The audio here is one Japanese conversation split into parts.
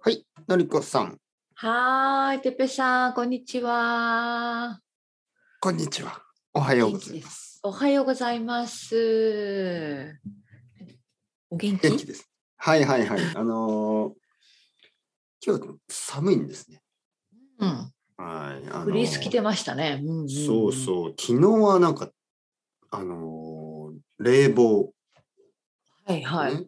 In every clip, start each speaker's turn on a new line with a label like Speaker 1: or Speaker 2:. Speaker 1: はい、のりこさん、
Speaker 2: はーい、てっぺさん、こんにちは。
Speaker 1: こんにちは。おはようございます。
Speaker 2: おはようございます。お元気
Speaker 1: 元気です。はいはいはい。あのー今日寒いんですね。
Speaker 2: うん。
Speaker 1: はい。あのー
Speaker 2: フリース着てましたね。うんうん
Speaker 1: そうそう。昨日はなんか、あのー冷房、
Speaker 2: うん。はいはい。
Speaker 1: ね。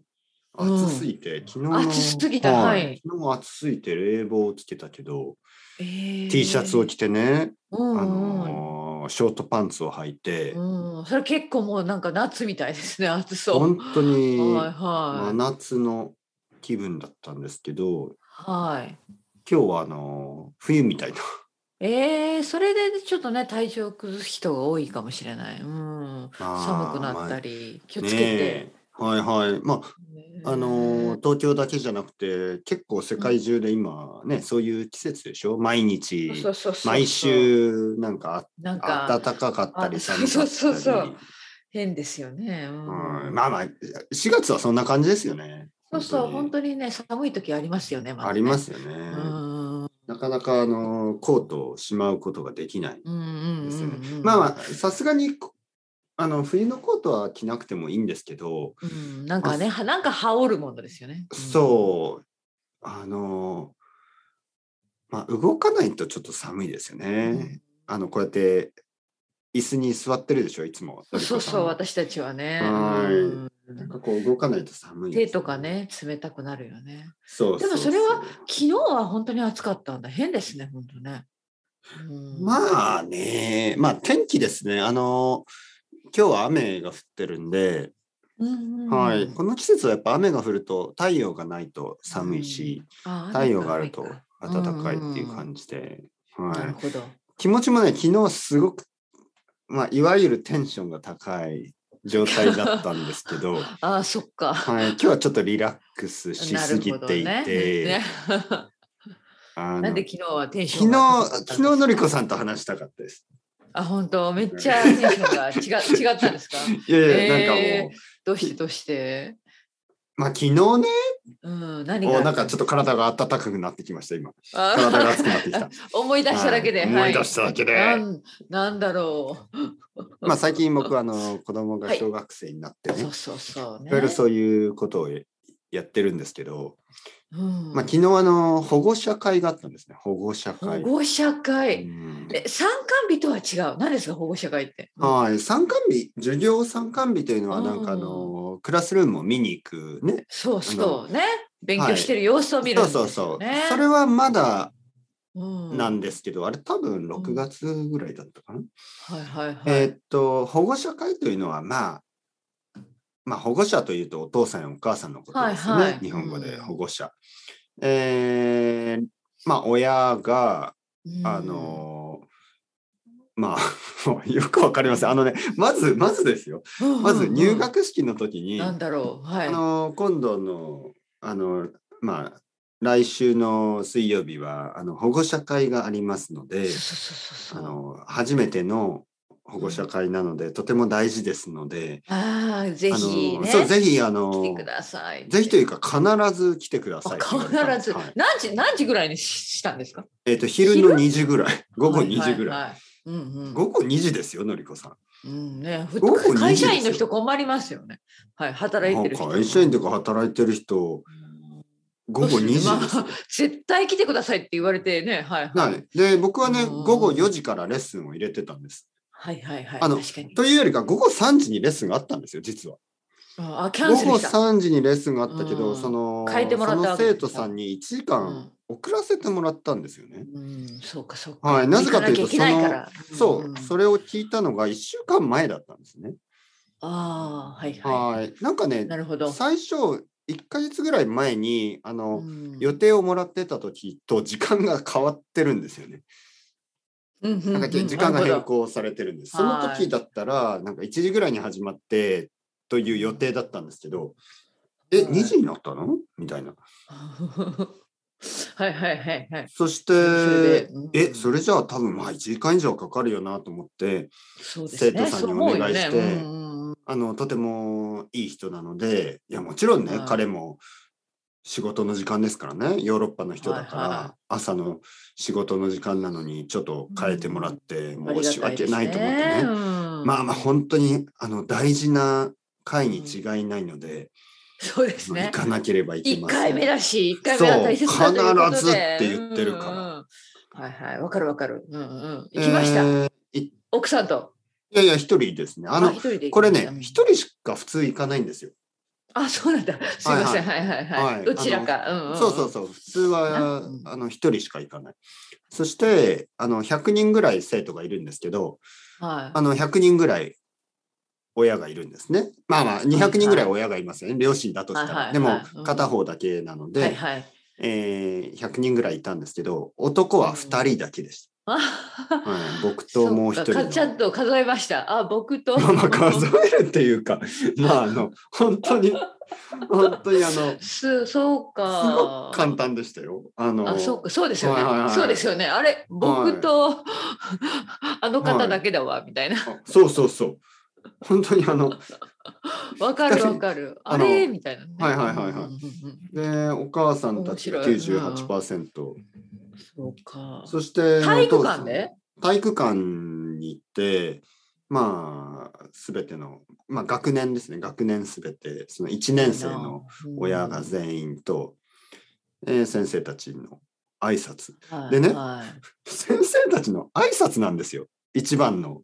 Speaker 1: 暑すぎて、昨日の
Speaker 2: 暑すぎたはい
Speaker 1: 昨日は暑すぎて冷房をつけたけど、
Speaker 2: えー
Speaker 1: T シャツを着てね、
Speaker 2: うんうん
Speaker 1: あのーショートパンツを履いて、
Speaker 2: うん、それ結構もうなんか夏みたいですね、 暑そう。
Speaker 1: 本当に
Speaker 2: はい
Speaker 1: 真
Speaker 2: は
Speaker 1: 夏の気分だったんですけど、
Speaker 2: い。はい。
Speaker 1: 今日はあの冬みたいな
Speaker 2: えー、それでちょっとね、体調を崩す人が多いかもしれない。うん。寒くなった
Speaker 1: り
Speaker 2: り、
Speaker 1: 気
Speaker 2: 気をつけて。
Speaker 1: はいはいまああのー
Speaker 2: ね
Speaker 1: 東京だけじゃなくて結構世界中で今ね、そういう季節でしょ毎日
Speaker 2: そうそうそうそう
Speaker 1: 毎週なんか
Speaker 2: なん
Speaker 1: あ
Speaker 2: か
Speaker 1: 暖かかったり
Speaker 2: あ
Speaker 1: 寒かったり
Speaker 2: そうそうそう変ですよね。う
Speaker 1: うん
Speaker 2: ん
Speaker 1: まあまあ4月はそんな感じですよね
Speaker 2: そうそう、本
Speaker 1: 当
Speaker 2: 当にね、寒い時ありますよね。ま
Speaker 1: に
Speaker 2: だ
Speaker 1: あ
Speaker 2: ね
Speaker 1: りますよね、
Speaker 2: うんうん
Speaker 1: なかなかあのーコートをしまうことができない
Speaker 2: うん
Speaker 1: です
Speaker 2: う
Speaker 1: よね
Speaker 2: ん。
Speaker 1: まあまあさすがにこあの冬のコートは着なくてもいいんですけど、
Speaker 2: うんなんかね、はなんか羽織るものですよね。
Speaker 1: そうあのまあ動かないとちょっと寒いですよ
Speaker 2: うん。
Speaker 1: ね。あのこうやって椅子に座ってるでしょいつも。
Speaker 2: そうそうそう、
Speaker 1: のりこ
Speaker 2: 私たちはね。
Speaker 1: はい
Speaker 2: うん
Speaker 1: さんなんかこう動かないと寒いです、
Speaker 2: 手とかね、冷たくなるよね。
Speaker 1: そう
Speaker 2: で
Speaker 1: そう
Speaker 2: も
Speaker 1: そう。
Speaker 2: それは昨日は本当に暑かったんだ。変ですね、本当ね。うん
Speaker 1: まあねまあ天気ですねあの今日は雨が降ってるんで、
Speaker 2: うんうん
Speaker 1: はい、この季節はやっぱ雨が降ると太陽がないと寒いし、
Speaker 2: あ
Speaker 1: 太陽があると
Speaker 2: 暖かいか
Speaker 1: 暖かいっていう感じで、
Speaker 2: な
Speaker 1: は
Speaker 2: る
Speaker 1: い、
Speaker 2: ほど。
Speaker 1: 気持ちもね昨日すごく、まあ、いわゆるテンションが高い状態だったんですけ ど、はい、
Speaker 2: ああ、そっか。
Speaker 1: 今日はちょっとリラックスしすぎてい
Speaker 2: なるほど
Speaker 1: て、
Speaker 2: ねね
Speaker 1: あ
Speaker 2: なん
Speaker 1: の
Speaker 2: で昨日はテンショ
Speaker 1: 昨
Speaker 2: ンが
Speaker 1: 日昨日のりこさんと話したかったです。
Speaker 2: あ本当めっちゃテンションが 違違ったんですか
Speaker 1: いやいや、
Speaker 2: えー
Speaker 1: なんかもう、
Speaker 2: どうしてどうして
Speaker 1: まあ昨日ね、
Speaker 2: うん何が
Speaker 1: お
Speaker 2: あ
Speaker 1: な
Speaker 2: た
Speaker 1: んかちょっと体が温かくなってきました今。
Speaker 2: あ
Speaker 1: 体が熱くなってきた。
Speaker 2: 思い出しただけ
Speaker 1: はい
Speaker 2: で、はい
Speaker 1: 思い出しただけで
Speaker 2: なんなんだろ
Speaker 1: まあ最近僕はあの子供が小学生になって
Speaker 2: う
Speaker 1: ね、
Speaker 2: そうそうそうね
Speaker 1: いわゆるそういうことをやってるんですけど、
Speaker 2: うん
Speaker 1: まあ、昨日あの保護者会があったんですね保護者
Speaker 2: 保
Speaker 1: 会。
Speaker 2: 護者
Speaker 1: う
Speaker 2: 会
Speaker 1: ん
Speaker 2: え参観日とは違う何ですか保護者会って
Speaker 1: はい、参観日授業参観日というのは
Speaker 2: うん
Speaker 1: なんかあのクラスルームを見に行くね
Speaker 2: そうそうね勉強してる様子を見るん
Speaker 1: そう
Speaker 2: です
Speaker 1: そう
Speaker 2: よ
Speaker 1: そう
Speaker 2: ね
Speaker 1: それはまだ
Speaker 2: うん
Speaker 1: なんですけど、あれ多分6月ぐらいだったかな、
Speaker 2: はいはいはい
Speaker 1: えーっと保護者会というのはまあまあ保護者というとお父さんやお母さんのことですよね、
Speaker 2: はいはい
Speaker 1: 日本語で
Speaker 2: うん
Speaker 1: 保護者、えーまあ親が
Speaker 2: うん
Speaker 1: あのーまあ もうよくわかりませんあのねまずまずですよ
Speaker 2: うんうんうん
Speaker 1: まず入学式の時に、
Speaker 2: なんだろうは
Speaker 1: あ
Speaker 2: い
Speaker 1: のー今度のあのまあ来週の水曜日はあの保護者会がありますので
Speaker 2: そうそうそうそう
Speaker 1: あの初めての保護者会なので、とても大事ですので、
Speaker 2: ああぜ
Speaker 1: あの
Speaker 2: ひ
Speaker 1: ー
Speaker 2: ね
Speaker 1: そうぜひあの
Speaker 2: 来てく
Speaker 1: ー
Speaker 2: ださい
Speaker 1: ぜひというか必ず来てくださいって言われたんで
Speaker 2: 必
Speaker 1: す
Speaker 2: ず
Speaker 1: はい
Speaker 2: 何時何時ぐらいにししたんですか
Speaker 1: えっと昼の2時ぐらい午後2時ぐらい、
Speaker 2: はいはいはいうんうん
Speaker 1: 午後2時ですよのりこさん。
Speaker 2: うんねふ
Speaker 1: 午後2時ですよ
Speaker 2: 会社員の人困りますよねはい働いてる人
Speaker 1: あ会社員とか働いてる人午後2時です
Speaker 2: まあ絶対来てくださいって言われてねはいは
Speaker 1: はいい、で僕はね
Speaker 2: うん
Speaker 1: 午後4時からレッスンを入れてたんです。
Speaker 2: はいはいはい
Speaker 1: あの
Speaker 2: 確かに
Speaker 1: というよりか午後3時にレッスンがあったんですよ実は。
Speaker 2: ああキャ
Speaker 1: 午
Speaker 2: ンセル
Speaker 1: 後
Speaker 2: した
Speaker 1: 3時にレッスンがあったけど、
Speaker 2: うん
Speaker 1: その
Speaker 2: 変えてもらった
Speaker 1: そ
Speaker 2: わ
Speaker 1: の
Speaker 2: けで
Speaker 1: 生
Speaker 2: すね
Speaker 1: 徒さんに1時間遅らせてもらったんですよね。
Speaker 2: うんそうかそうか
Speaker 1: はい、なぜかというと
Speaker 2: 行
Speaker 1: そ
Speaker 2: かなきゃいけないか
Speaker 1: の
Speaker 2: ら
Speaker 1: そう、
Speaker 2: ん
Speaker 1: それを聞いたのが1週間前だったんですね。
Speaker 2: ああはいは
Speaker 1: はい、なんか
Speaker 2: い
Speaker 1: ね
Speaker 2: なるほど
Speaker 1: 最初1か月ぐらい前にあの、
Speaker 2: うん
Speaker 1: 予定をもらってた時と時間が変わってるんですよね。
Speaker 2: うんうん
Speaker 1: な
Speaker 2: うん
Speaker 1: か
Speaker 2: ん
Speaker 1: 時間が
Speaker 2: なる
Speaker 1: 変
Speaker 2: ほど
Speaker 1: 更されてるんです。その
Speaker 2: はい
Speaker 1: 時だったらなんか1時ぐらいに始まってという予定だったんですけど、え
Speaker 2: はい
Speaker 1: 2時になったのみたいな。
Speaker 2: はいはいはいはい。
Speaker 1: そし
Speaker 2: それ
Speaker 1: て
Speaker 2: でうん
Speaker 1: えそれじゃあ多分まあ1時間以上かかるよなと思って
Speaker 2: そうですね。
Speaker 1: 生徒さんに
Speaker 2: そう思う
Speaker 1: お願いして
Speaker 2: よねうんうんうん
Speaker 1: あのとてもいい人なのでいやもちろんね、
Speaker 2: はい
Speaker 1: 彼も仕事の時間ですからねヨーロッパの人だから、
Speaker 2: はいは
Speaker 1: 朝の仕事の時間なのにちょっと変えてもらって
Speaker 2: あり
Speaker 1: 申
Speaker 2: が
Speaker 1: した
Speaker 2: い
Speaker 1: 訳
Speaker 2: です
Speaker 1: ないと思ってね。
Speaker 2: うん
Speaker 1: まあまあ本当にあの大事な会に違いないので、
Speaker 2: そうです
Speaker 1: まあ
Speaker 2: ね
Speaker 1: 行。かなければいけ
Speaker 2: 一
Speaker 1: ません。
Speaker 2: 回目だし、一回目は大切だということで。
Speaker 1: そう必ずって言ってるから
Speaker 2: うんうんはいはい、わかるわかる。うんうん。行きました。
Speaker 1: えーい
Speaker 2: 奥さんと。
Speaker 1: いやいや一人ですね。あの
Speaker 2: 一人で行き
Speaker 1: これ
Speaker 2: ました
Speaker 1: ね一人しか普通行かないんですよ。
Speaker 2: あ、そうなんだ。すいません。はいはいはい。
Speaker 1: はい
Speaker 2: どちらか。うんうんうん。
Speaker 1: そうそうそう普通は
Speaker 2: うん
Speaker 1: あの一人しか行かない。そしてあの100人ぐらい生徒がいるんですけど、
Speaker 2: う。は
Speaker 1: あの100人ぐらい親がいるんですね。まあまあ200人ぐらい親がいますよね。両親だとしたら、
Speaker 2: はいはい
Speaker 1: でも
Speaker 2: はいうん
Speaker 1: 片方だけなの
Speaker 2: い。
Speaker 1: で、
Speaker 2: はいはい。
Speaker 1: えー100人ぐらいいたんですけど、男は2人だけでした。
Speaker 2: あ
Speaker 1: はい、僕ともう一人
Speaker 2: そっ
Speaker 1: の
Speaker 2: かちゃんと数えました。あ、僕 と。
Speaker 1: まあまあ数えるっていうかまああの本当に本当にあのす
Speaker 2: す、そう
Speaker 1: ご
Speaker 2: か
Speaker 1: く。簡単でしたよ。あの
Speaker 2: あ、そうか、そうですよ
Speaker 1: は
Speaker 2: ね。
Speaker 1: いはいはい
Speaker 2: そうですよね。あれ、僕と、あの方だけだわ、みたいな。
Speaker 1: そうそうそう本当にあ の
Speaker 2: わかるわかる。
Speaker 1: あ
Speaker 2: あ
Speaker 1: の
Speaker 2: れみたいなね、
Speaker 1: はいはいはいはい
Speaker 2: うんうんう
Speaker 1: で
Speaker 2: ん
Speaker 1: お母さんたちが
Speaker 2: 面白いな
Speaker 1: 98%
Speaker 2: そうか。
Speaker 1: そして
Speaker 2: 体育
Speaker 1: お父さ
Speaker 2: 館
Speaker 1: ん
Speaker 2: で
Speaker 1: 体育館に行ってまあ全ての、まあ、学年ですね学年全てその1年生の親が全員と、えー先生たちの挨拶
Speaker 2: うん
Speaker 1: でね
Speaker 2: はいはい
Speaker 1: 先生たちの挨拶なんですよ一番の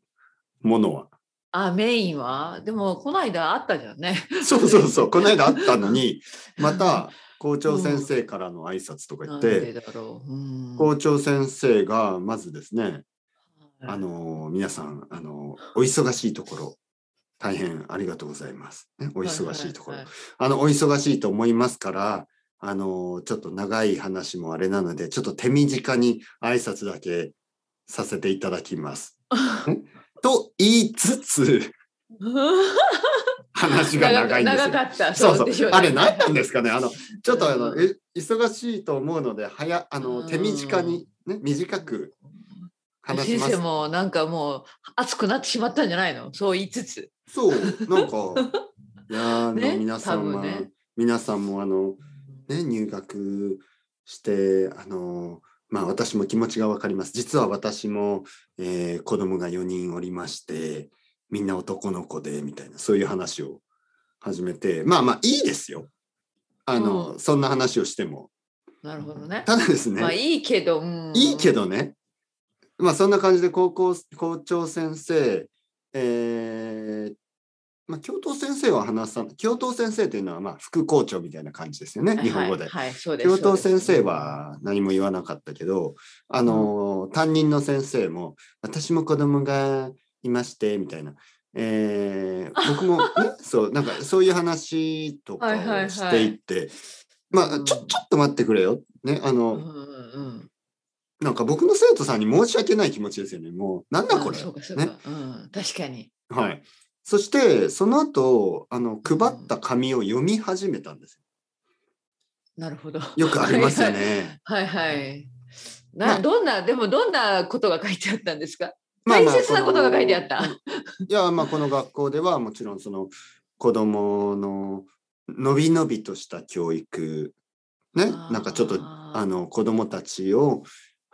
Speaker 1: ものは。
Speaker 2: あ、メインはでも、この間あったじゃんね。
Speaker 1: そうそうそうこの間あったのにまた校長先生からの挨拶とか言
Speaker 2: な
Speaker 1: っ
Speaker 2: ん
Speaker 1: て、
Speaker 2: でだろう。うん
Speaker 1: 校長先生がまずですねあ
Speaker 2: はい
Speaker 1: の皆さんあのお忙しいところ大変ありがとうございます、ね、お忙しいところ、
Speaker 2: はは
Speaker 1: あのお忙しいと思いますからあのちょっと長い話もあれなのでちょっと手短に挨拶だけさせていただき ます。ねと言いつつ話が長いんですよ。
Speaker 2: 長かった。
Speaker 1: そうそう
Speaker 2: でしょね
Speaker 1: あれ何なんですかねあのちょっとあの
Speaker 2: うん
Speaker 1: え忙しいと思うので早あ
Speaker 2: う
Speaker 1: の
Speaker 2: ん
Speaker 1: 手短に、ね、短く話し
Speaker 2: 先
Speaker 1: ま
Speaker 2: 生
Speaker 1: す。
Speaker 2: もなんかもう熱くなってしまったんじゃないのそう言いつつ。
Speaker 1: そうなんかいやーあの
Speaker 2: ね
Speaker 1: 皆さん
Speaker 2: 多
Speaker 1: は、
Speaker 2: 分ね
Speaker 1: 皆さんもあの、ね、入学してあのまあ私も気持ちがわかります実は私も、えー、子供が4人おりましてみんな男の子でみたいなそういう話を始めてまあまあいいですよあの、
Speaker 2: うん
Speaker 1: そんな話をしても
Speaker 2: なるほどね。
Speaker 1: ただですね、
Speaker 2: まあ
Speaker 1: い
Speaker 2: いいけど。うん
Speaker 1: いけどねまあそんな感じで高校校長先生えーまあ、教頭先生は話さない教頭先生というのはまあ副校長みたいな感じですよね、日本語で
Speaker 2: はい、。はいそうです
Speaker 1: 教頭
Speaker 2: そう
Speaker 1: 先
Speaker 2: です
Speaker 1: 生は何も言わなかったけど、あの、担任の先生も、私も子供がいまして、みたいな。えー僕 も、ね、そう、なんかそういう話とか
Speaker 2: はいはいは
Speaker 1: を
Speaker 2: い
Speaker 1: していって、まあ、
Speaker 2: うん
Speaker 1: ちょ、ちょっと待ってくれよ。ね、あの、
Speaker 2: うんうんうん、
Speaker 1: なんか僕の生徒さんに申し訳ない気持ちですよね。もう、なんだこ
Speaker 2: うん
Speaker 1: れ。
Speaker 2: そうかそうか、
Speaker 1: ね。
Speaker 2: うん、確かに。
Speaker 1: はい。そして、その後、あの、配った紙を読み始めたんです
Speaker 2: なるほど。
Speaker 1: よ。よくありますよね。
Speaker 2: はいはい。な、
Speaker 1: まあ
Speaker 2: どんな、でもどんなことが書いてあったんですか
Speaker 1: まあまあ
Speaker 2: 大切なことが書いてあった。
Speaker 1: いやまあこの学校ではもちろんその子供ののびのびとした教育ね
Speaker 2: あー
Speaker 1: なんかちょっとあの子供たちを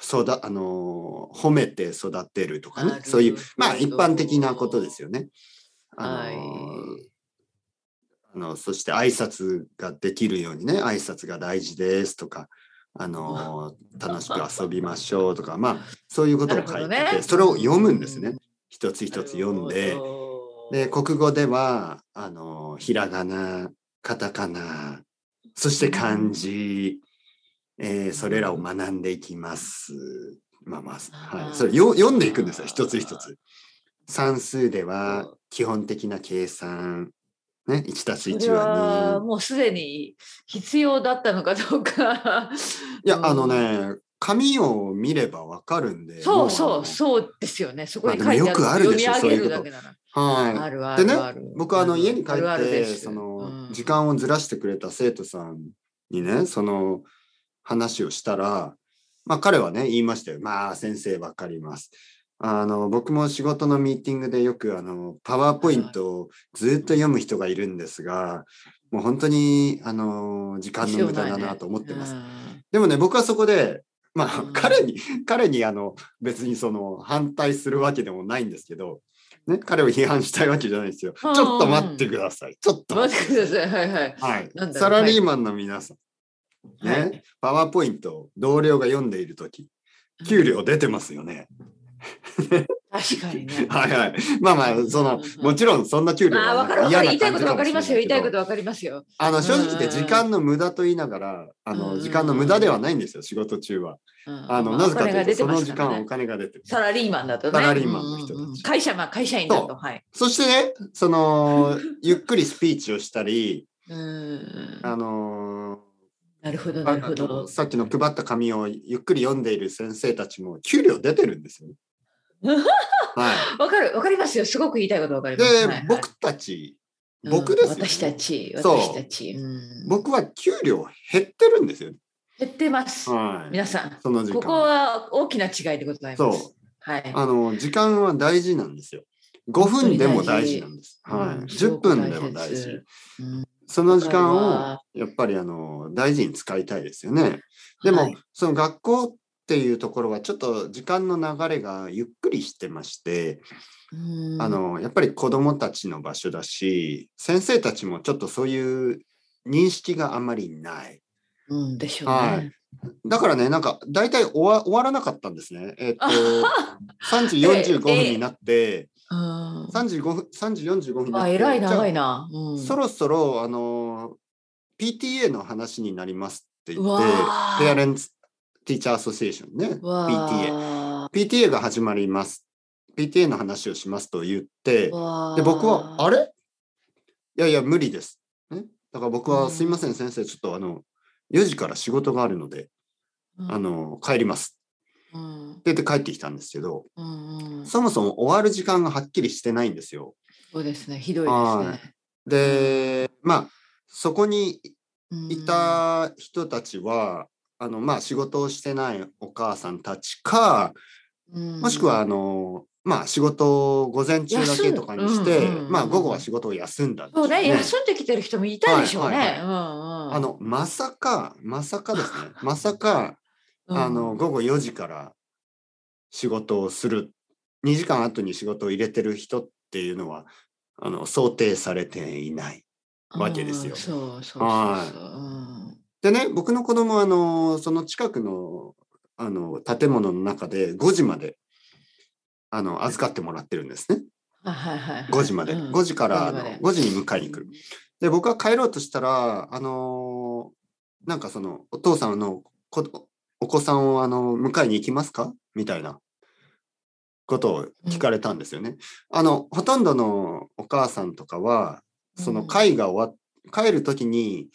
Speaker 1: 育あの褒めて育てるとか
Speaker 2: な
Speaker 1: ね
Speaker 2: るほど
Speaker 1: そういうまあ一般的なことですよね。あ
Speaker 2: はい
Speaker 1: のあのそして挨拶ができるようにね挨拶が大事ですとかあ の楽しく遊びましょうとかまあそういうことを書いてて、
Speaker 2: なるほどね
Speaker 1: それを読むんです
Speaker 2: う
Speaker 1: ね
Speaker 2: ん
Speaker 1: 一つ一つ読ん
Speaker 2: な
Speaker 1: で
Speaker 2: る。ほど
Speaker 1: で国語ではあのひらがなカタカナそして漢字、えーそれらを学んでいきます。まあまあ、は
Speaker 2: あー
Speaker 1: い、それよ読んでいくんですよ
Speaker 2: あー
Speaker 1: 一つ一つ。算数では
Speaker 2: そう
Speaker 1: 基本的な計算、ね、
Speaker 2: そ
Speaker 1: 1+1
Speaker 2: れは
Speaker 1: は2。
Speaker 2: もうすでに必要だったのかど うか。
Speaker 1: いや
Speaker 2: うん
Speaker 1: あのね紙を見ればわかるんで
Speaker 2: そう
Speaker 1: もあ
Speaker 2: そう
Speaker 1: の
Speaker 2: そうですよね。そこに
Speaker 1: ま
Speaker 2: 書
Speaker 1: あ
Speaker 2: い
Speaker 1: で
Speaker 2: て
Speaker 1: も
Speaker 2: あ
Speaker 1: よくあ
Speaker 2: る。
Speaker 1: るでしょ
Speaker 2: 読み上
Speaker 1: そうい
Speaker 2: げる
Speaker 1: う
Speaker 2: だ
Speaker 1: こ
Speaker 2: けなら。
Speaker 1: はい
Speaker 2: あるあ
Speaker 1: でね
Speaker 2: るある。
Speaker 1: 僕はあの家に帰
Speaker 2: あるある
Speaker 1: って
Speaker 2: です
Speaker 1: その
Speaker 2: うん
Speaker 1: 時間をずらしてくれた生徒さんにねその話をしたらまあ彼はね言いましたよまあ先生わかりますあの僕も仕事のミーティングでよくあのパワーポイントをずっと読む人がいるんですがもう本当に、あのー時間の無駄だなと思ってます。
Speaker 2: うん
Speaker 1: でもね、僕はそこで、まあ、
Speaker 2: うん
Speaker 1: 彼に、彼に、あの、別にその、反対するわけでもないんですけど、ね、彼を批判したいわけじゃないですよ。ち
Speaker 2: う
Speaker 1: ょ
Speaker 2: ん
Speaker 1: っと待ってください。ちょっと待
Speaker 2: 待
Speaker 1: っ
Speaker 2: ってて
Speaker 1: く
Speaker 2: く
Speaker 1: だ
Speaker 2: だ
Speaker 1: さい。
Speaker 2: さい。はいはい。
Speaker 1: はい
Speaker 2: なんだろ。う
Speaker 1: サラリーマンの皆さん、
Speaker 2: は
Speaker 1: ね、パワーポイントを同僚が読んでいるとき、
Speaker 2: い
Speaker 1: 給。料出てますよね。。
Speaker 2: 確かにね
Speaker 1: はいはい。まあまあ、その、もちろんそんな給料
Speaker 2: まあ、わ
Speaker 1: は
Speaker 2: かるわか
Speaker 1: 嫌
Speaker 2: る。
Speaker 1: な
Speaker 2: 言いたい
Speaker 1: 感
Speaker 2: こ
Speaker 1: じ
Speaker 2: と
Speaker 1: か
Speaker 2: わ
Speaker 1: もし
Speaker 2: かり
Speaker 1: れな
Speaker 2: ま
Speaker 1: い
Speaker 2: すよ。言
Speaker 1: け
Speaker 2: いたいこと
Speaker 1: ど、
Speaker 2: わかりますよ。
Speaker 1: あの、正直言って
Speaker 2: うん
Speaker 1: 時間の無駄と言いながら、あ
Speaker 2: う
Speaker 1: の、
Speaker 2: ん
Speaker 1: 時間の無駄ではないんですよ、仕事中は。
Speaker 2: うん
Speaker 1: あの、
Speaker 2: ま
Speaker 1: なぜか
Speaker 2: お
Speaker 1: と
Speaker 2: 金が
Speaker 1: いうと、
Speaker 2: 出て
Speaker 1: そ
Speaker 2: ま
Speaker 1: の
Speaker 2: す
Speaker 1: 時
Speaker 2: から
Speaker 1: 間はお
Speaker 2: ね
Speaker 1: 金が出てる。
Speaker 2: サラリーマンだとね。
Speaker 1: サラリーマンの人たち
Speaker 2: うんうんうん会社マン、会社員だ
Speaker 1: そ
Speaker 2: と。はい。
Speaker 1: そしてね、そ の、ゆっくりスピーチをしたり、
Speaker 2: うん
Speaker 1: あの
Speaker 2: なるほ
Speaker 1: ー
Speaker 2: ど、なる
Speaker 1: あ
Speaker 2: ほど
Speaker 1: の。さっきの配った紙をゆっくり読んでいる先生たちも給料出てるんですよ ね。は
Speaker 2: わかる、わかりますよ。すごく言いたいことわか
Speaker 1: い、
Speaker 2: り
Speaker 1: で
Speaker 2: ます。はいはい、
Speaker 1: 僕たち、
Speaker 2: うん
Speaker 1: 僕ですよね
Speaker 2: 私たち、
Speaker 1: そう
Speaker 2: 私たち。うん
Speaker 1: 僕は給料減ってるんですよね。
Speaker 2: 減ってます。
Speaker 1: はい、
Speaker 2: 皆さん、
Speaker 1: その時間
Speaker 2: ここは大きな違いでございます。
Speaker 1: そう
Speaker 2: はい。
Speaker 1: あの時間は大事なんですよ。5分でも大事なんです。
Speaker 2: 本
Speaker 1: は
Speaker 2: 当
Speaker 1: い、
Speaker 2: に大事
Speaker 1: 10分でも大
Speaker 2: う
Speaker 1: 事
Speaker 2: ん。
Speaker 1: その時間
Speaker 2: わかる
Speaker 1: を
Speaker 2: わ
Speaker 1: やっぱりあの大事に使いたいですよね。でも、
Speaker 2: はい
Speaker 1: その学校っていうところはちょっと時間の流れがゆっくりしてまして、
Speaker 2: うん
Speaker 1: あのやっぱり子どもたちの場所だし先生たちもちょっとそういう認識があまりない。
Speaker 2: うんでしょうね。
Speaker 1: はいだからねなんか大体終わ終わらなかったんですね。えっと
Speaker 2: あは
Speaker 1: 3時45分になって、
Speaker 2: は
Speaker 1: 3時5分3時45分に
Speaker 2: うん
Speaker 1: なっ
Speaker 2: あ、
Speaker 1: て
Speaker 2: えらい
Speaker 1: じゃあ
Speaker 2: 長いな。うん、
Speaker 1: そろそろあの PTA の話になりますって言
Speaker 2: う
Speaker 1: っ
Speaker 2: わ
Speaker 1: て
Speaker 2: ー
Speaker 1: ペアレンツ・ティーチャー・アソシエーションね PTA。
Speaker 2: わ
Speaker 1: PTA が始まります。PTA の話をしますと言って
Speaker 2: ー、わー
Speaker 1: で僕はあれいやいや無理です。ね、だから僕は、
Speaker 2: うん
Speaker 1: すいません先生ちょっとあの4時から仕事があるので、
Speaker 2: うん
Speaker 1: あの帰ります
Speaker 2: うん
Speaker 1: って言って帰ってきたんですけど
Speaker 2: うんうん、そ
Speaker 1: そもそも終わる時間がはっきりしてないんですよ。
Speaker 2: うですね、ひどい
Speaker 1: は
Speaker 2: ですね。
Speaker 1: でまあそこに
Speaker 2: うん
Speaker 1: いた人たちは、あのまあ、仕事をしてないお母さんたちかもしくはあ、の、まあ、仕事を午前中だけとかにして、
Speaker 2: 休むうんうんうん
Speaker 1: まあ、午後は仕事を休んだんで
Speaker 2: うんそう
Speaker 1: しょうね
Speaker 2: ね、休んできてる人もいたでしょう
Speaker 1: はいはい
Speaker 2: ね。
Speaker 1: はい
Speaker 2: うんうん
Speaker 1: あのまさかまさかです ねまさか
Speaker 2: うん
Speaker 1: あの午後4時から仕事をする2時間後に仕事を入れてる人っていうのはあの想定されていない。わけですよ
Speaker 2: うんそうそうそうそう。
Speaker 1: はいでね僕の子供はあのその近くのあの建物の中で5時まであの預かってもらってるんですね
Speaker 2: うん、はいはいはい
Speaker 1: 5時まで、
Speaker 2: うん
Speaker 1: 5時からあ
Speaker 2: 5
Speaker 1: の
Speaker 2: 時まで
Speaker 1: 5時に迎えに来る。で僕が帰ろうとしたらあのーなんかそのお父さんのこお子さんをあの迎えに行きますかみたいなことを聞かれたんですよね。あのほとんどのお母さんとかはその会が終わっ帰る時に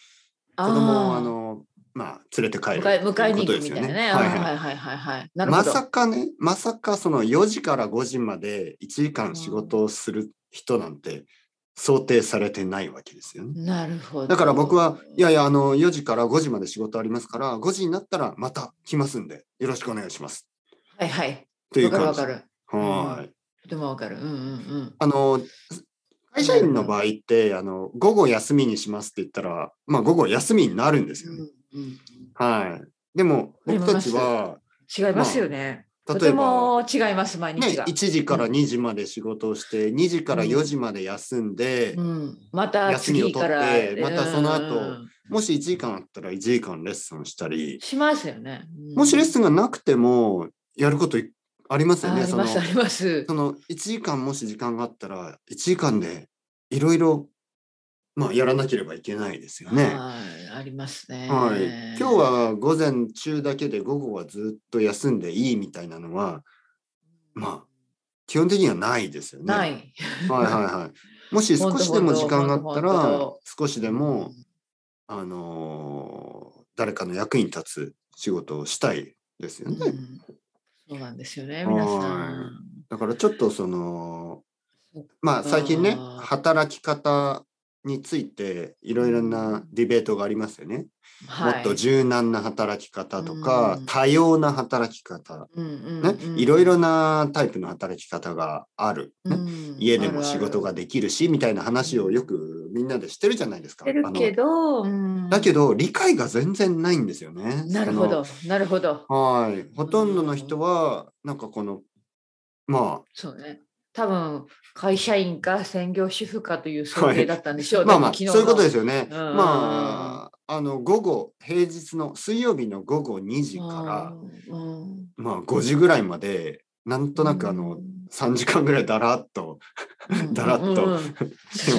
Speaker 1: 子供をあのまあ連れて帰る
Speaker 2: 迎え迎えに
Speaker 1: と
Speaker 2: 行
Speaker 1: いう
Speaker 2: く
Speaker 1: ことです
Speaker 2: みた
Speaker 1: よ
Speaker 2: いなね。
Speaker 1: はい
Speaker 2: うん
Speaker 1: は
Speaker 2: はいいはいはいはい。なるほ
Speaker 1: ま
Speaker 2: ど。
Speaker 1: さかねまさかその4時から5時まで1時間仕事をする人なんて想定されてないわけですよね。
Speaker 2: なるほど。
Speaker 1: だから僕は、いやいや、あの、4時から5時まで仕事ありますから、5時になったらまた来ますんで、よろしくお願いします。
Speaker 2: はいはい。
Speaker 1: とい
Speaker 2: わ
Speaker 1: う
Speaker 2: かる
Speaker 1: 感
Speaker 2: わ
Speaker 1: じ。
Speaker 2: か
Speaker 1: は
Speaker 2: る。
Speaker 1: ーい。
Speaker 2: とてもわかる。うんうんうん。
Speaker 1: あの、会社員の場合って、あの、午後休みにしますって言ったら、まあ、午後休みになるんですよ
Speaker 2: う
Speaker 1: ね。
Speaker 2: んうん
Speaker 1: はい。でも、
Speaker 2: わかり
Speaker 1: 僕
Speaker 2: ます
Speaker 1: たちは、
Speaker 2: 違いますよね。と
Speaker 1: 例え
Speaker 2: て
Speaker 1: ば、
Speaker 2: も違います、毎
Speaker 1: ね、
Speaker 2: 日が
Speaker 1: 1。時から2時まで仕事をして、2時から4時まで休んで
Speaker 2: う、んまた
Speaker 1: 休みを
Speaker 2: 次
Speaker 1: 取っ
Speaker 2: か
Speaker 1: て
Speaker 2: ら。
Speaker 1: またその後
Speaker 2: うん
Speaker 1: もし1時間あったら1時間レッスンしたり、
Speaker 2: しますよね。うん
Speaker 1: もしレッスンがなくてもやることいありますよ
Speaker 2: あ
Speaker 1: ね。
Speaker 2: あり
Speaker 1: その
Speaker 2: ます、あ
Speaker 1: そ
Speaker 2: ります。
Speaker 1: の1時間もし時間があったら1時間でいろいろまあやらなければいけないですよね。
Speaker 2: はいありますね。
Speaker 1: はい、今日は午前中だけで午後はずっと休んでいいみたいなのはまあ基本的にはないですよね。
Speaker 2: ない。
Speaker 1: はいはいはい。もし少しでも時間があ った
Speaker 2: ほんとほんと
Speaker 1: ら
Speaker 2: ほんと
Speaker 1: 少しでもあのー誰かの役に立つ仕事をしたいですよ
Speaker 2: うん、
Speaker 1: ね。
Speaker 2: そうなんですよね、皆さ
Speaker 1: は
Speaker 2: ん。
Speaker 1: だからちょっとその
Speaker 2: そっか
Speaker 1: まあ最近ね
Speaker 2: あー
Speaker 1: 働き方についていろいろなディベートがありますよね。も
Speaker 2: は
Speaker 1: っ
Speaker 2: い
Speaker 1: と柔軟な働き方とか、
Speaker 2: うん
Speaker 1: 多様な働き方、
Speaker 2: うんうん
Speaker 1: ね
Speaker 2: うん
Speaker 1: いろいろなタイプの働き方がある、ね
Speaker 2: うん
Speaker 1: 家でも仕事
Speaker 2: あ
Speaker 1: が
Speaker 2: る
Speaker 1: できるしみたいな話をよくみんなでしてるじゃないですか。
Speaker 2: ある
Speaker 1: あ
Speaker 2: してるけ
Speaker 1: の
Speaker 2: ど、うん
Speaker 1: だけど理解が全然ないんですよね。
Speaker 2: なるほどなるほど
Speaker 1: その。はい。ほとんどの人はなんかこのま
Speaker 2: そうね多分会社員か専業主婦かという想
Speaker 1: はい
Speaker 2: 定だったんでしょ
Speaker 1: あ
Speaker 2: う、
Speaker 1: まあまあ
Speaker 2: 多
Speaker 1: そ
Speaker 2: 分昨
Speaker 1: うい
Speaker 2: 日の
Speaker 1: うことですよね。
Speaker 2: うんうんうん
Speaker 1: まああの午後平日の水曜日の午後2時から
Speaker 2: うんうん
Speaker 1: まあ5時ぐらいまでなんとなくあの3時間ぐらいだらっと
Speaker 2: うん
Speaker 1: だらっと
Speaker 2: うん うんうんそ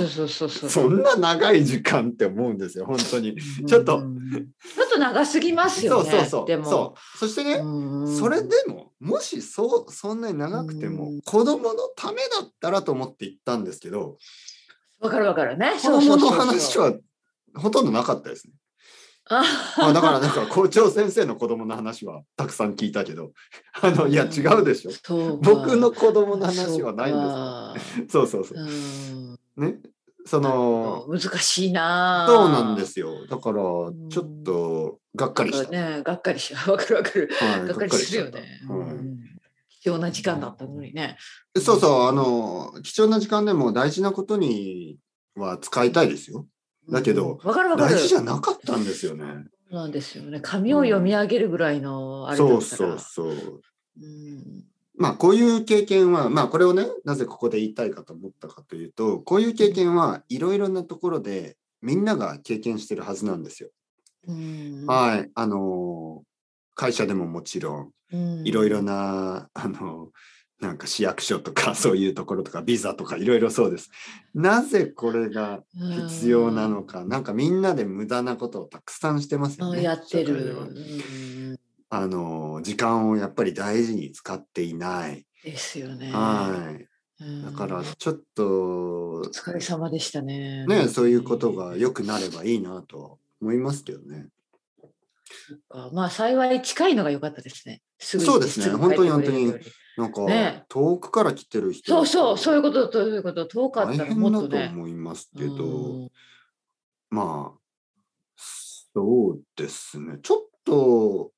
Speaker 2: うそうそうそう
Speaker 1: そんな長い時間って思うんですよ本当に。ちょっと
Speaker 2: うんちょっと長すぎます
Speaker 1: そ
Speaker 2: よ
Speaker 1: う
Speaker 2: ね
Speaker 1: そうそう。
Speaker 2: でも
Speaker 1: そうそしてね、
Speaker 2: うんうん
Speaker 1: それでももしそうそんなに長くても、
Speaker 2: うん
Speaker 1: 子供のためだったらと思って行ったんですけど
Speaker 2: わかるわかるね
Speaker 1: 子供の話
Speaker 2: そうそうそう
Speaker 1: は ほとんどなかったですね。
Speaker 2: あ
Speaker 1: まあ、だからなんか校長先生の子供の話はたくさん聞いたけど あのいや違うでしょ
Speaker 2: そうか
Speaker 1: 僕の子供の話はないんですか
Speaker 2: です
Speaker 1: そうそう そうう。
Speaker 2: ん
Speaker 1: ねその
Speaker 2: 難しいな
Speaker 1: そうなんですすよだからちょ
Speaker 2: ん
Speaker 1: っとがっかりした。
Speaker 2: ねがっかりし わかるわかる
Speaker 1: はい
Speaker 2: がっかりするよ
Speaker 1: がっかり
Speaker 2: ね
Speaker 1: しちゃったは
Speaker 2: う
Speaker 1: い
Speaker 2: ん貴重な時間だったのにね
Speaker 1: そうそう、あの、貴重な時間でも大事なことには使いたいですよ。だけど
Speaker 2: うんわかるわか
Speaker 1: 大
Speaker 2: る
Speaker 1: 事じ
Speaker 2: そ
Speaker 1: ゃなかったんですよね。
Speaker 2: うなんですよね紙を読み上げるぐらいのあれだった
Speaker 1: そ
Speaker 2: ら
Speaker 1: うそうそう。
Speaker 2: うん
Speaker 1: まあ、こういう経験は、まあ、これをね、なぜここで言いたいかと思ったかというと、こういう経験はいろいろなところでみんなが経験してるはずなんですよ。
Speaker 2: うん
Speaker 1: はい。あの、会社でももちろん、いろいろな、あの、なんか市役所とか そういうところとかビザとかいろいろそうです。なぜこれが必要なのか、なんかみんなで無駄なことをたくさんしてますよ
Speaker 2: うん
Speaker 1: ね。
Speaker 2: やっ
Speaker 1: 社会
Speaker 2: て
Speaker 1: で
Speaker 2: る
Speaker 1: は
Speaker 2: うん
Speaker 1: あの時間をやっぱり大事に使っていない。
Speaker 2: ですよね
Speaker 1: はい。
Speaker 2: うん
Speaker 1: だからちょっと
Speaker 2: お疲れ様でしたね
Speaker 1: ね、そういうことが良くなればいいなとは思いますけどね。
Speaker 2: あまあ幸い近いのが良かったですね。すぐに
Speaker 1: そうですね
Speaker 2: ぐ帰ってくれる
Speaker 1: 本当に
Speaker 2: より
Speaker 1: なんか
Speaker 2: ね
Speaker 1: 遠くから来てる人
Speaker 2: そうそう、そういううこと、そういうこと、遠かっ
Speaker 1: 大
Speaker 2: たら
Speaker 1: 変
Speaker 2: も
Speaker 1: だ
Speaker 2: っ
Speaker 1: と
Speaker 2: とね。
Speaker 1: 思いますけど、
Speaker 2: うん
Speaker 1: まあそうですね。ちょっと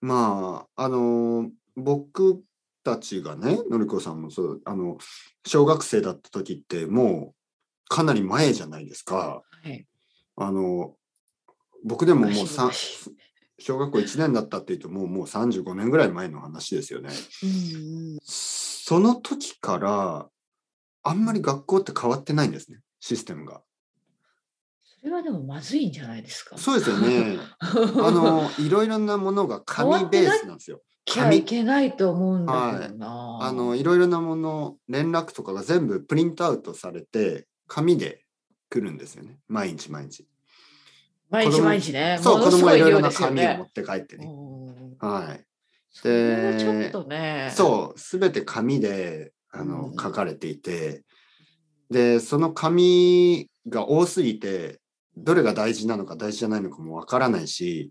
Speaker 1: まああの僕たちがねのりこさんもそうあの小学生だった時ってもうかなり前じゃないですか。
Speaker 2: はい
Speaker 1: あの僕でももう
Speaker 2: 昔
Speaker 1: さん
Speaker 2: 昔
Speaker 1: 小学校1年だったっていうともうもう35年ぐらい前の話ですよね。
Speaker 2: うんうん
Speaker 1: その時からあんまり学校って変わってないんですねシステムが。
Speaker 2: それはでもまずいんじゃないですか。
Speaker 1: そうですよ ね。あ
Speaker 2: あの、
Speaker 1: のいろいろなものが紙ベースなんですよ。
Speaker 2: きゃいけないと思うんだけどな。
Speaker 1: あのいろいろなもの連絡とかが全部プリントアウトされて紙で来るんですよね毎日毎日。
Speaker 2: 毎
Speaker 1: 子
Speaker 2: 日
Speaker 1: 供
Speaker 2: 毎日ね。
Speaker 1: そう
Speaker 2: も
Speaker 1: 子
Speaker 2: の
Speaker 1: 供
Speaker 2: すご
Speaker 1: がいろいろ
Speaker 2: 量
Speaker 1: な
Speaker 2: ですよ
Speaker 1: 紙を持
Speaker 2: ね。
Speaker 1: って帰ってね。
Speaker 2: うん
Speaker 1: はい。
Speaker 2: それはちょっとね。
Speaker 1: そうすべて紙であの
Speaker 2: うん
Speaker 1: 書かれていてでその紙が多すぎてどれが大事なのか大事じゃないのかもわからないし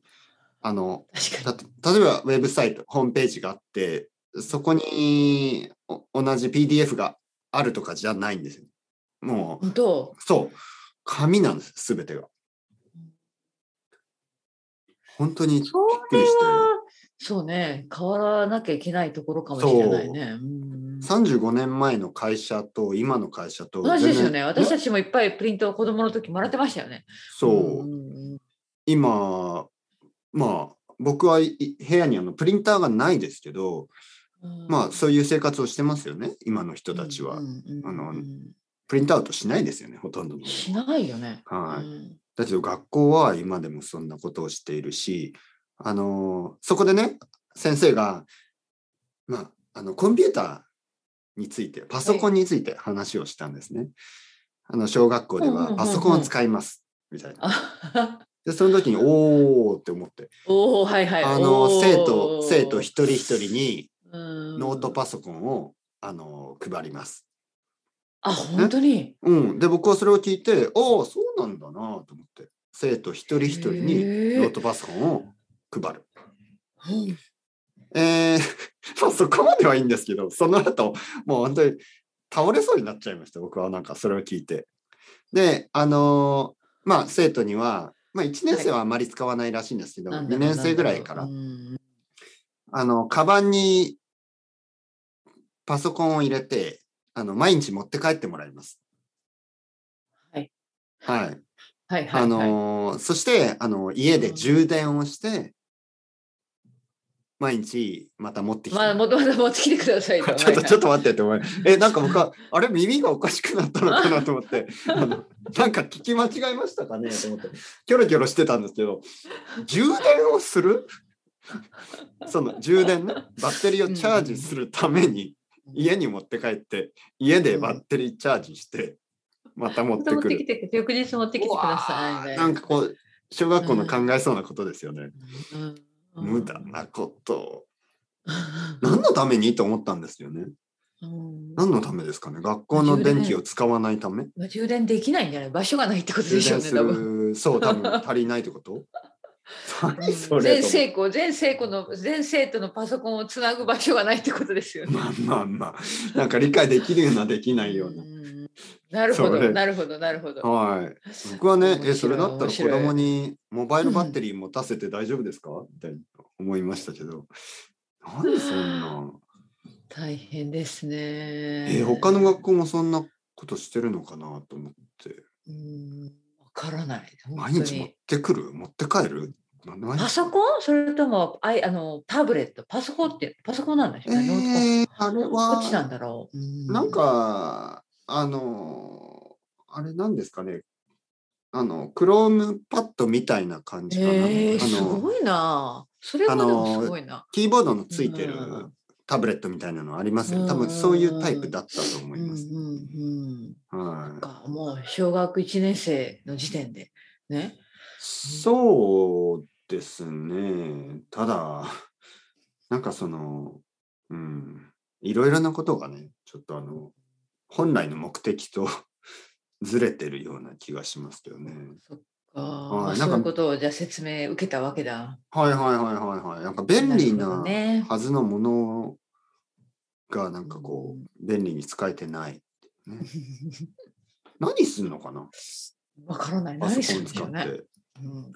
Speaker 1: あの
Speaker 2: 確か
Speaker 1: た例えばウェブサイトホームページがあってそこにお同じ PDF があるとかじゃないんですよ。もう
Speaker 2: に。ど
Speaker 1: そう紙なんですすべてが。本当に
Speaker 2: う
Speaker 1: びっ
Speaker 2: そう
Speaker 1: くりして
Speaker 2: そうね、変わらなきゃいけないところかもしれないね。うん
Speaker 1: 35年前の会社と今の会社と
Speaker 2: 同じですよ
Speaker 1: 全
Speaker 2: ね。
Speaker 1: 然
Speaker 2: 私たちもいっぱいプリントを子供の時もらってましたよね。
Speaker 1: そう、
Speaker 2: んん
Speaker 1: 今まあ僕はいい部屋にあのプリンターがないですけど、
Speaker 2: うん
Speaker 1: まあそういう生活をしてますよね今の人たちは、
Speaker 2: うんうんうん
Speaker 1: あの
Speaker 2: うん
Speaker 1: プリントアウトしないですよねほとんどの
Speaker 2: しないよね。
Speaker 1: はい
Speaker 2: うん
Speaker 1: だけど学校は今でもそんなことをしているしあのそこでね先生がまああのコンピューターについてパソコンについて話をしたんですね、あの小学校で
Speaker 2: うんうんうんう
Speaker 1: は
Speaker 2: ん
Speaker 1: パソコンを使いますみたいな
Speaker 2: あ
Speaker 1: でその時におーって思って
Speaker 2: おおはいはい。
Speaker 1: あの
Speaker 2: おー
Speaker 1: 生徒生徒一人一人に
Speaker 2: うん
Speaker 1: ノートパソコンをあの配ります。
Speaker 2: あ本当に。
Speaker 1: うん、で僕はそれを聞いてああそうなんだなと思って生徒一人一人に
Speaker 2: へー
Speaker 1: ノートパソコンを配る。
Speaker 2: うん
Speaker 1: えー まあそこまではいいんですけどその後もう本当に倒れそうになっちゃいました僕はなんかそれを聞いて。で、あのーまあ、生徒には、まあ、1年生はあまり使わないらしいんですけど、
Speaker 2: なんだろ
Speaker 1: 2年
Speaker 2: う
Speaker 1: 生ぐらいから、
Speaker 2: うん
Speaker 1: あの、カバンにパソコンを入れて、あの、毎日持って帰ってもらいます。
Speaker 2: はい。
Speaker 1: はい。
Speaker 2: はいはい、はい。
Speaker 1: あのーそして、あの、家で充電をして、毎日また持ってきて。
Speaker 2: まあ、もともと持ってきてください
Speaker 1: ちょっと、ちょっ
Speaker 2: と。
Speaker 1: と待ってって思い。え、なんか僕は、あれ、耳がおかしくなったのかなと思 って、あの、なんか聞き間違えましたかねと思って、キョロキョロしてたんですけど、充電をするその充電ね、バッテリーをチャージするために、家に持って帰って、家でバッテリーチャージして、また持
Speaker 2: ま
Speaker 1: ったて
Speaker 2: 持っ
Speaker 1: く
Speaker 2: てき
Speaker 1: る。
Speaker 2: てください、翌日持ってきてください
Speaker 1: うわー
Speaker 2: ね。
Speaker 1: なんかこう、小学校の考えそうなことですよね。
Speaker 2: うんうん
Speaker 1: 無駄なこと。何のためにと思ったんですよね。
Speaker 2: うん
Speaker 1: 何のためですかね学校の電気を使わないため
Speaker 2: まあ充電できないんじゃない場所がないってこと
Speaker 1: 充
Speaker 2: でしょ
Speaker 1: 電す
Speaker 2: うね、多分。
Speaker 1: る、そう、多 分足りないってこと何 それ
Speaker 2: 全
Speaker 1: と
Speaker 2: 生徒全生徒の全生徒のパソコンをつなぐ場所がないってことですよね。
Speaker 1: まあまあまあ、なんか理解できるような、できないような。
Speaker 2: んなるほ
Speaker 1: それ
Speaker 2: どなるほどなるほど。
Speaker 1: はい。僕はね、え、
Speaker 2: 面白い
Speaker 1: それだったら
Speaker 2: 面
Speaker 1: 子
Speaker 2: 白い
Speaker 1: 供にモバイルバッテリー持たせて大丈夫ですかみたいな思いましたけど。なんでそんな。
Speaker 2: 大変ですね。
Speaker 1: え、他の学校もそんなことしてるのかなと思って。
Speaker 2: うんわからない。
Speaker 1: 毎
Speaker 2: 本当
Speaker 1: 日持っ
Speaker 2: に。
Speaker 1: てくる持って帰る毎日
Speaker 2: パソコンそれともあいあのタブレットパソコンってパソコンなんでしょうね。ノー
Speaker 1: えー、あれ
Speaker 2: トど
Speaker 1: は
Speaker 2: っちなんだろう。う
Speaker 1: なんか、あの、あれなんですかね。あの、クロームパッドみたいな感じかな。
Speaker 2: えー、す
Speaker 1: あの、
Speaker 2: ごいな。それはでもすごいな。
Speaker 1: キーボードのついてる
Speaker 2: うん
Speaker 1: タブレットみたいなのありますよね。多
Speaker 2: う
Speaker 1: 分
Speaker 2: ん
Speaker 1: そういうタイプだったと思います。
Speaker 2: うんうんうん。なん
Speaker 1: はい。
Speaker 2: かもう小学1年生の時点でね。
Speaker 1: そうですね。ただ、なんかその、うん、いろいろなことがね、ちょっとあの、本来の目的と ずれてるような気がしますけどね。
Speaker 2: そっか。
Speaker 1: い
Speaker 2: まあ、
Speaker 1: な
Speaker 2: そ
Speaker 1: ん
Speaker 2: う
Speaker 1: か
Speaker 2: いうことをじゃあ説明受けたわけだ。
Speaker 1: はいはいはいはいはい。なんか便利
Speaker 2: るほど
Speaker 1: な
Speaker 2: ね。
Speaker 1: はずのものがなんかこう便利に使えてない。何すんのかな
Speaker 2: わからない。
Speaker 1: パソ
Speaker 2: 何
Speaker 1: コ
Speaker 2: する
Speaker 1: ン
Speaker 2: んでし
Speaker 1: 使
Speaker 2: ょ
Speaker 1: っ
Speaker 2: うね。
Speaker 1: て。
Speaker 2: うん